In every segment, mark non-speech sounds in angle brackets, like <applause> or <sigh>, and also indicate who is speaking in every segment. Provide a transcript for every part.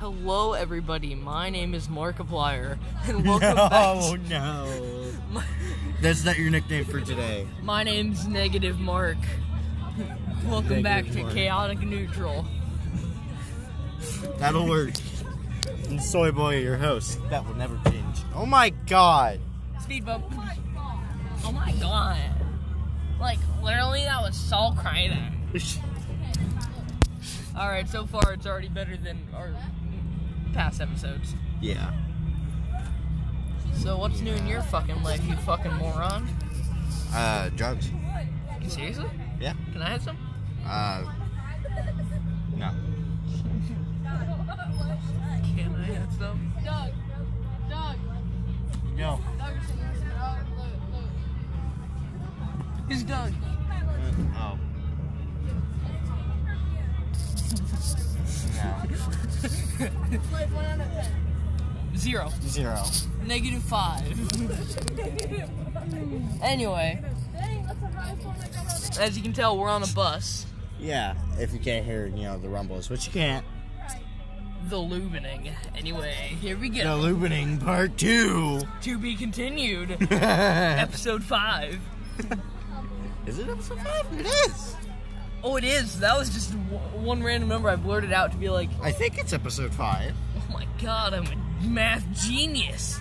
Speaker 1: Hello, everybody. My name is Markiplier, and
Speaker 2: <laughs>
Speaker 1: welcome back.
Speaker 2: Oh no.
Speaker 1: To
Speaker 2: <laughs>
Speaker 1: my,
Speaker 2: That's not your nickname for today.
Speaker 1: my name's Negative Mark. welcome
Speaker 2: Negative
Speaker 1: back to
Speaker 2: Mark.
Speaker 1: Chaotic Neutral.
Speaker 2: That'll work. And Soy Boy, your host. That will never change. Oh my god.
Speaker 1: Speed bump. Oh my god! Like literally, that was Saul Kryner. All right, so far it's already better than our past episodes.
Speaker 2: <laughs> yeah.
Speaker 1: So what's new in your fucking life, you fucking moron?
Speaker 2: Uh, drugs.
Speaker 1: Seriously?
Speaker 2: Yeah.
Speaker 1: Can I have some?
Speaker 2: Uh, no.
Speaker 1: Can I have some?
Speaker 3: Doug, Doug,
Speaker 2: No.
Speaker 3: Doug,
Speaker 1: He's done.
Speaker 2: Oh. No.
Speaker 3: Like one out of ten.
Speaker 1: Zero.
Speaker 2: Zero.
Speaker 1: Negative five. anyway,
Speaker 3: Dang, that's the highest one I got all day.
Speaker 1: as you can tell, we're on a bus.
Speaker 2: Yeah, if you can't hear, you know, the rumbles, which you can't.
Speaker 1: The Lubening. Anyway, here we
Speaker 2: The
Speaker 1: go.
Speaker 2: Lubening Part <laughs> 2.
Speaker 1: To be continued. <laughs> Episode five.
Speaker 2: is it episode 5? It is.
Speaker 1: Oh, it is. That was just w- one random number I blurted out to be like,
Speaker 2: I think it's episode 5.
Speaker 1: oh my god, I'm a math genius.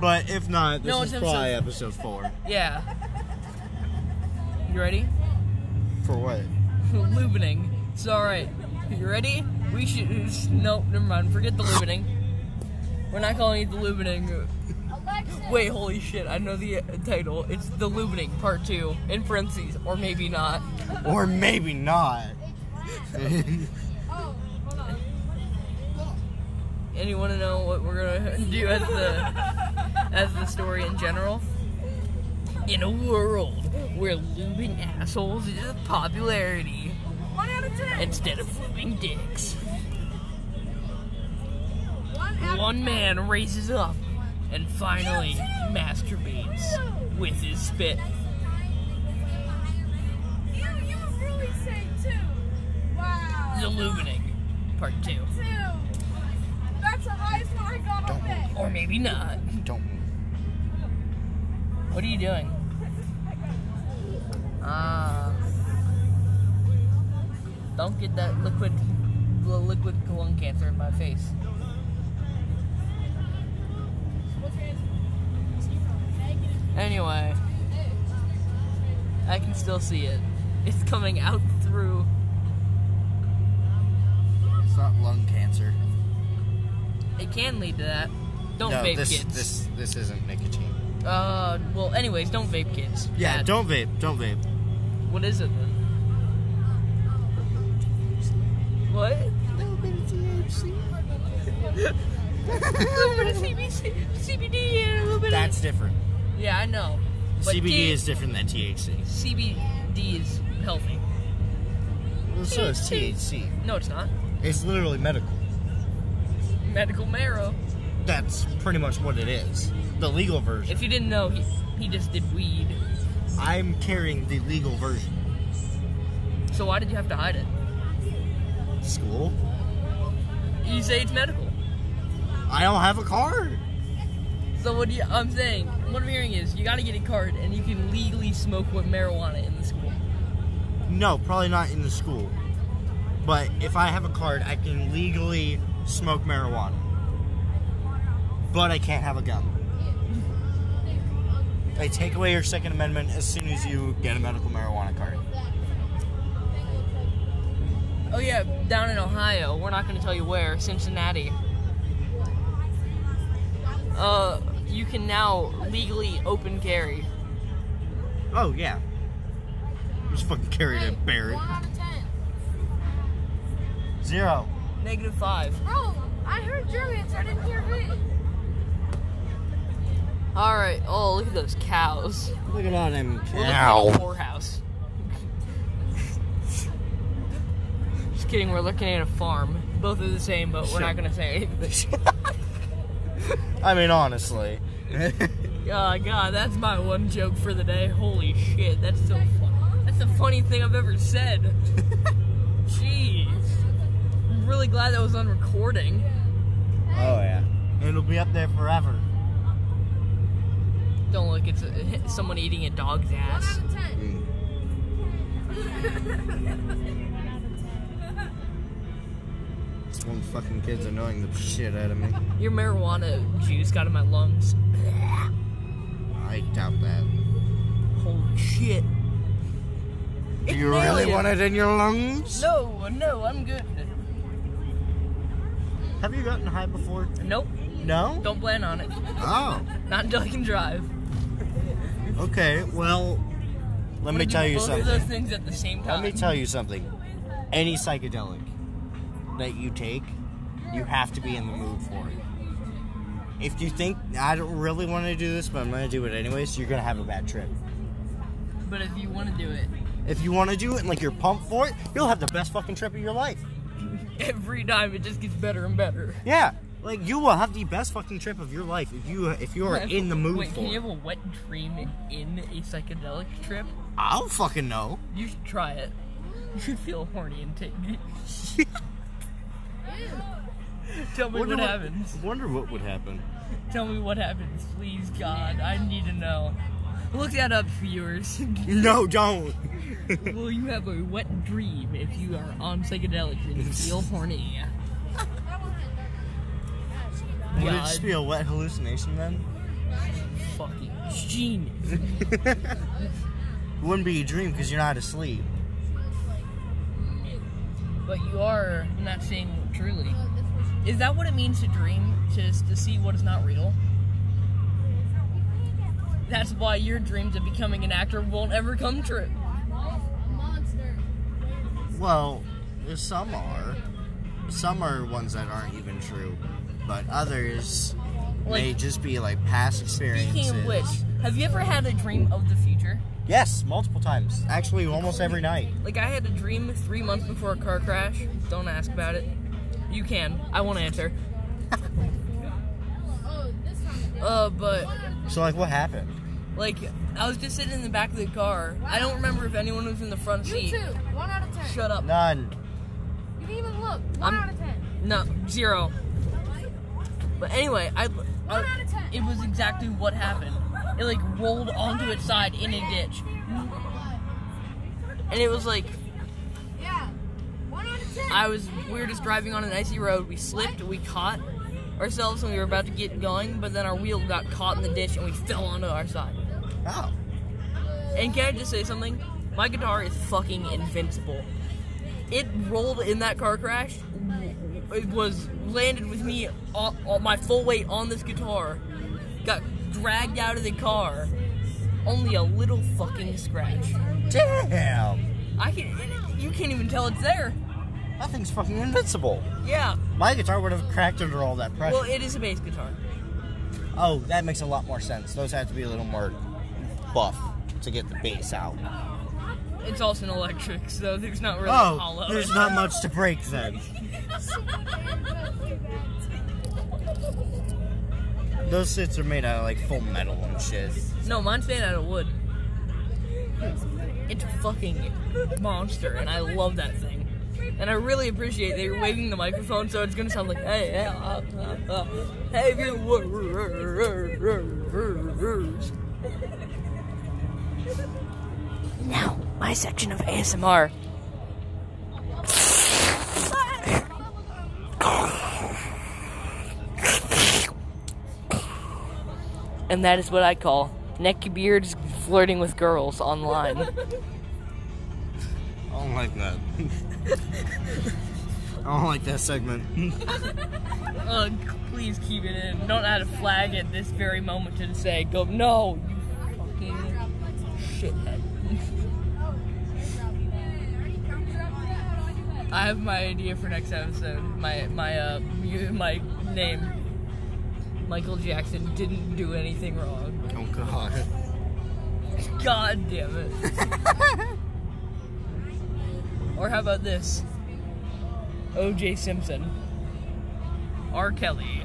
Speaker 2: But if not, this
Speaker 1: No,
Speaker 2: is
Speaker 1: it's
Speaker 2: probably episode four.
Speaker 1: Yeah. You ready? <laughs>
Speaker 2: For what?
Speaker 1: Lubening. It's alright. You ready? We should. Nope, never mind. Forget the Lubening. We're not calling it the Lubening.
Speaker 3: Alexa,
Speaker 1: Wait, holy shit, I know the uh, title. It's The Lubening Part 2, in parentheses, or maybe not.
Speaker 2: Or maybe not. <laughs>
Speaker 3: oh, hold on.
Speaker 1: And you want to know what we're gonna <laughs> do as the as the story in general? In a world where lubing assholes is a popularity
Speaker 3: One out of ten.
Speaker 1: instead of lubing dicks,
Speaker 3: One out
Speaker 1: one man raises up and finally masturbates with his spit.
Speaker 3: of You, you really say two. Wow.
Speaker 1: The Lubening Part 2,
Speaker 3: Two. That's the highest one I got all day.
Speaker 1: or maybe not.
Speaker 2: Don't move.
Speaker 1: What are you doing? Ah. don't get that liquid the liquid lung cancer in my face. Anyway, I can still see it. It's coming out through.
Speaker 2: It's not lung cancer.
Speaker 1: It can lead to that. Don't
Speaker 2: no,
Speaker 1: vape
Speaker 2: this,
Speaker 1: kids.
Speaker 2: this this isn't nicotine.
Speaker 1: Uh, well, anyways, don't vape kids.
Speaker 2: Yeah,
Speaker 1: Bad.
Speaker 2: don't vape. Don't vape.
Speaker 1: What is it then? What?
Speaker 2: Little bit of THC.
Speaker 1: CBD and a little bit
Speaker 2: That's different.
Speaker 1: Yeah, I know. But
Speaker 2: CBD
Speaker 1: T-
Speaker 2: is different than THC.
Speaker 1: CBD is healthy.
Speaker 2: Well, so is THC.
Speaker 1: No, it's not.
Speaker 2: It's literally medical.
Speaker 1: Medical marrow.
Speaker 2: That's pretty much what it is. The legal version.
Speaker 1: If you didn't know, he, he just did weed.
Speaker 2: I'm carrying the legal version.
Speaker 1: So why did you have to hide it?
Speaker 2: School?
Speaker 1: You say it's medical.
Speaker 2: I don't have a card.
Speaker 1: So what do you, I'm saying, what I'm hearing is you gotta get a card and you can legally smoke with marijuana in the school.
Speaker 2: No, probably not in the school. But if I have a card, I can legally smoke marijuana. But I can't have a gun. They take away your Second Amendment as soon as you get a medical marijuana card.
Speaker 1: Oh yeah, down in Ohio. We're not going to tell you where. Cincinnati. Uh, you can now legally open carry.
Speaker 2: Oh, yeah. Just fucking carry it and bear it.
Speaker 3: One out of ten.
Speaker 2: Zero.
Speaker 1: Negative five.
Speaker 3: Bro, I heard your answer. I didn't hear his.
Speaker 1: All right. Oh, look at those cows.
Speaker 2: Look at all them
Speaker 1: We're looking at a whorehouse. Just kidding. We're looking at a farm. Both are the same, but we're not going to say anything.
Speaker 2: <laughs>
Speaker 1: <laughs>
Speaker 2: I mean, honestly.
Speaker 1: Oh God, that's my one joke for the day. Holy shit, that's so
Speaker 2: <laughs>
Speaker 1: fun. That's the funny thing I've ever said. Jeez, really really glad that was on recording.
Speaker 2: Oh yeah. It'll be up there forever.
Speaker 1: Don't look, it's uh someone eating a dog's
Speaker 3: One
Speaker 1: ass.
Speaker 3: out of ten.
Speaker 2: Mm. This one fucking kid's annoying the shit out of me.
Speaker 1: Your marijuana juice got in my lungs.
Speaker 2: I doubt that.
Speaker 1: Holy shit.
Speaker 2: Do you
Speaker 1: It's
Speaker 2: really
Speaker 1: alien.
Speaker 2: want it in your lungs?
Speaker 1: No, no, I'm good.
Speaker 2: Have you gotten high before?
Speaker 1: Nope,
Speaker 2: No.
Speaker 1: don't plan on it.
Speaker 2: Oh.
Speaker 1: Not until I can drive.
Speaker 2: Okay. Well, let
Speaker 1: I'm
Speaker 2: me
Speaker 1: gonna
Speaker 2: tell
Speaker 1: do
Speaker 2: you
Speaker 1: both of those
Speaker 2: something.
Speaker 1: things at the same time.
Speaker 2: Let me tell you something. Any psychedelic that you take, you have to be in the mood for it. If you think I don't really want to do this, but I'm gonna do it anyways, you're gonna have a bad trip.
Speaker 1: But if you want to do it
Speaker 2: If you want to do it and like you're pumped for it, you'll have the best fucking trip of your life.
Speaker 1: every time, it just gets better and better.
Speaker 2: Yeah, like you will have the best fucking trip of your life if you if you are in the mood
Speaker 1: Wait,
Speaker 2: for
Speaker 1: can you
Speaker 2: it.
Speaker 1: have a wet dream in- in a psychedelic trip?
Speaker 2: I don't fucking know.
Speaker 1: You should try it. You should feel horny and take. <laughs> Tell me what happens.
Speaker 2: Wonder what would happen.
Speaker 1: Tell me what happens, please, God. I need to know. Look that up, viewers.
Speaker 2: No, don't.
Speaker 1: Will you have a wet dream if you are on psychedelics and you feel horny?
Speaker 2: Would it just
Speaker 1: God.
Speaker 2: be a wet hallucination then?
Speaker 1: Fucking genius.
Speaker 2: It wouldn't be a dream because you're not asleep.
Speaker 1: But you are not seeing truly. Is that what it means to dream? Just to see what is not real? That's why your dreams of becoming an actor won't ever come true.
Speaker 3: Monster.
Speaker 2: Well, some are. Some are ones that aren't even true, but others may
Speaker 1: Like-
Speaker 2: just be like past experiences.
Speaker 1: Speaking of which, have you ever had a dream of the future?
Speaker 2: yes, multiple times. Actually, almost every night.
Speaker 1: Like I had a dream three months before a car crash. Don't ask about it. You can. I won't answer.
Speaker 3: Oh, this time.
Speaker 1: Uh, but
Speaker 2: So like, what happened?
Speaker 1: like I was just sitting in the back of the car. I don't remember if anyone was in the front
Speaker 3: You
Speaker 1: seat.
Speaker 3: two. One out of ten.
Speaker 1: Shut up.
Speaker 2: None.
Speaker 3: You didn't even look. One
Speaker 1: I'm-
Speaker 3: out of ten.
Speaker 1: No, zero. But anyway, I, I-
Speaker 3: out of ten.
Speaker 1: it was exactly what happened. It like rolled onto its side in a ditch, and it was like
Speaker 3: Yeah. One out of ten.
Speaker 1: I was we were just driving on an icy road. We slipped, we caught ourselves, and we were about to get going, but then our wheel got caught in the ditch, and we fell onto our side.
Speaker 2: Oh.
Speaker 1: And can I just say something? My guitar is fucking invincible. It rolled in that car crash. It was landed with me, all, all, my full weight on this guitar. Got dragged out of the car. Only a little fucking scratch.
Speaker 2: Damn.
Speaker 1: I can. It, you can't even tell it's there.
Speaker 2: That thing's fucking invincible.
Speaker 1: Yeah.
Speaker 2: My guitar would have cracked under all that pressure.
Speaker 1: Well, it is a bass guitar.
Speaker 2: oh, that makes a lot more sense. Those have to be a little more buff to get the bass out.
Speaker 1: It's also an electric, so there's not really a
Speaker 2: Oh,
Speaker 1: hollow.
Speaker 2: there's not much to break then. Those sits are made out of like full metal and shit.
Speaker 1: No, mine's made out of wood. It's a fucking monster, and I love that thing. And I really appreciate they're waving the microphone, so it's gonna sound like hey, hey, uh, uh, uh, hey, if you now my section of ASMR. and that is what I call neckbeards flirting with girls online.
Speaker 2: I don't like that. <laughs> I don't like that segment.
Speaker 1: Uh, please keep it in. Don't add a flag at this very moment to say, go, no, you fucking shithead.
Speaker 3: Oh,
Speaker 1: I have my idea for next episode. My, my, uh, mu- my name. Michael Jackson didn't do anything wrong.
Speaker 2: Oh god.
Speaker 1: God damn it. or how about this? OJ Simpson. R. Kelly.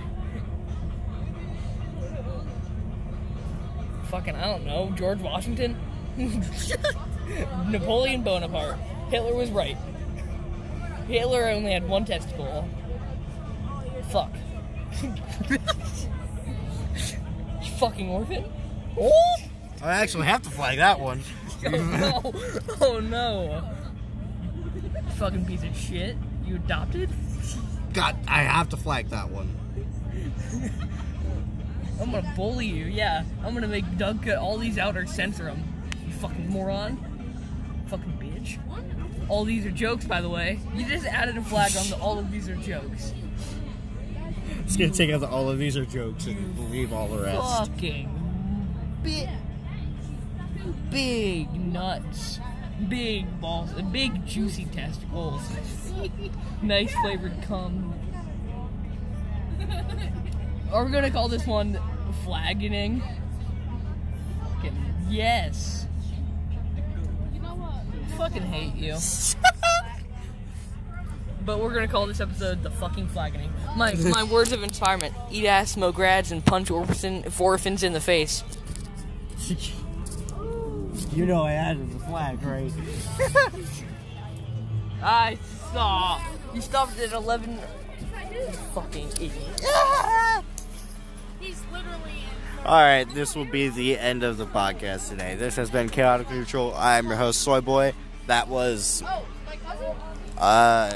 Speaker 1: Fucking, I don't know. George Washington? <laughs> Napoleon Bonaparte. Hitler was right. Hitler only had one testicle. Fuck. <laughs> you fucking orphan. Oh,
Speaker 2: I actually have to flag that one.
Speaker 1: <laughs> no. Oh no. Fucking piece of shit. You adopted?
Speaker 2: God, I have to flag that one.
Speaker 1: I'm gonna bully you, yeah. I'm gonna make Doug cut all these out or censor them. You fucking moron. Fucking bitch. All these are jokes, by the way. You just added a flag on the all of these are jokes.
Speaker 2: It's gonna take out the, all of these are jokes and believe all the rest.
Speaker 1: Fucking big, big nuts, big balls, and big juicy testicles. nice flavored cum. Are we gonna call this one flagging? Fucking yes.
Speaker 3: You know what?
Speaker 1: Fucking hate you. But we're gonna call this episode the fucking flagging. My my words of inspiration: eat ass, smoke grads, and punch orphan, orphans in the face.
Speaker 2: you know I added the flag, right?
Speaker 1: I saw. You stopped at 11.
Speaker 3: If I do,
Speaker 1: Fucking idiot.
Speaker 3: he's literally in.
Speaker 2: All right, this will be the end of the podcast today. This has been Chaotic Neutral. I'm your host, Soy Boy. That was
Speaker 3: Oh, my cousin?
Speaker 2: uh,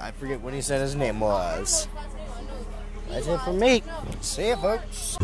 Speaker 2: I forget what he said his name was. That's it for me. See you, folks.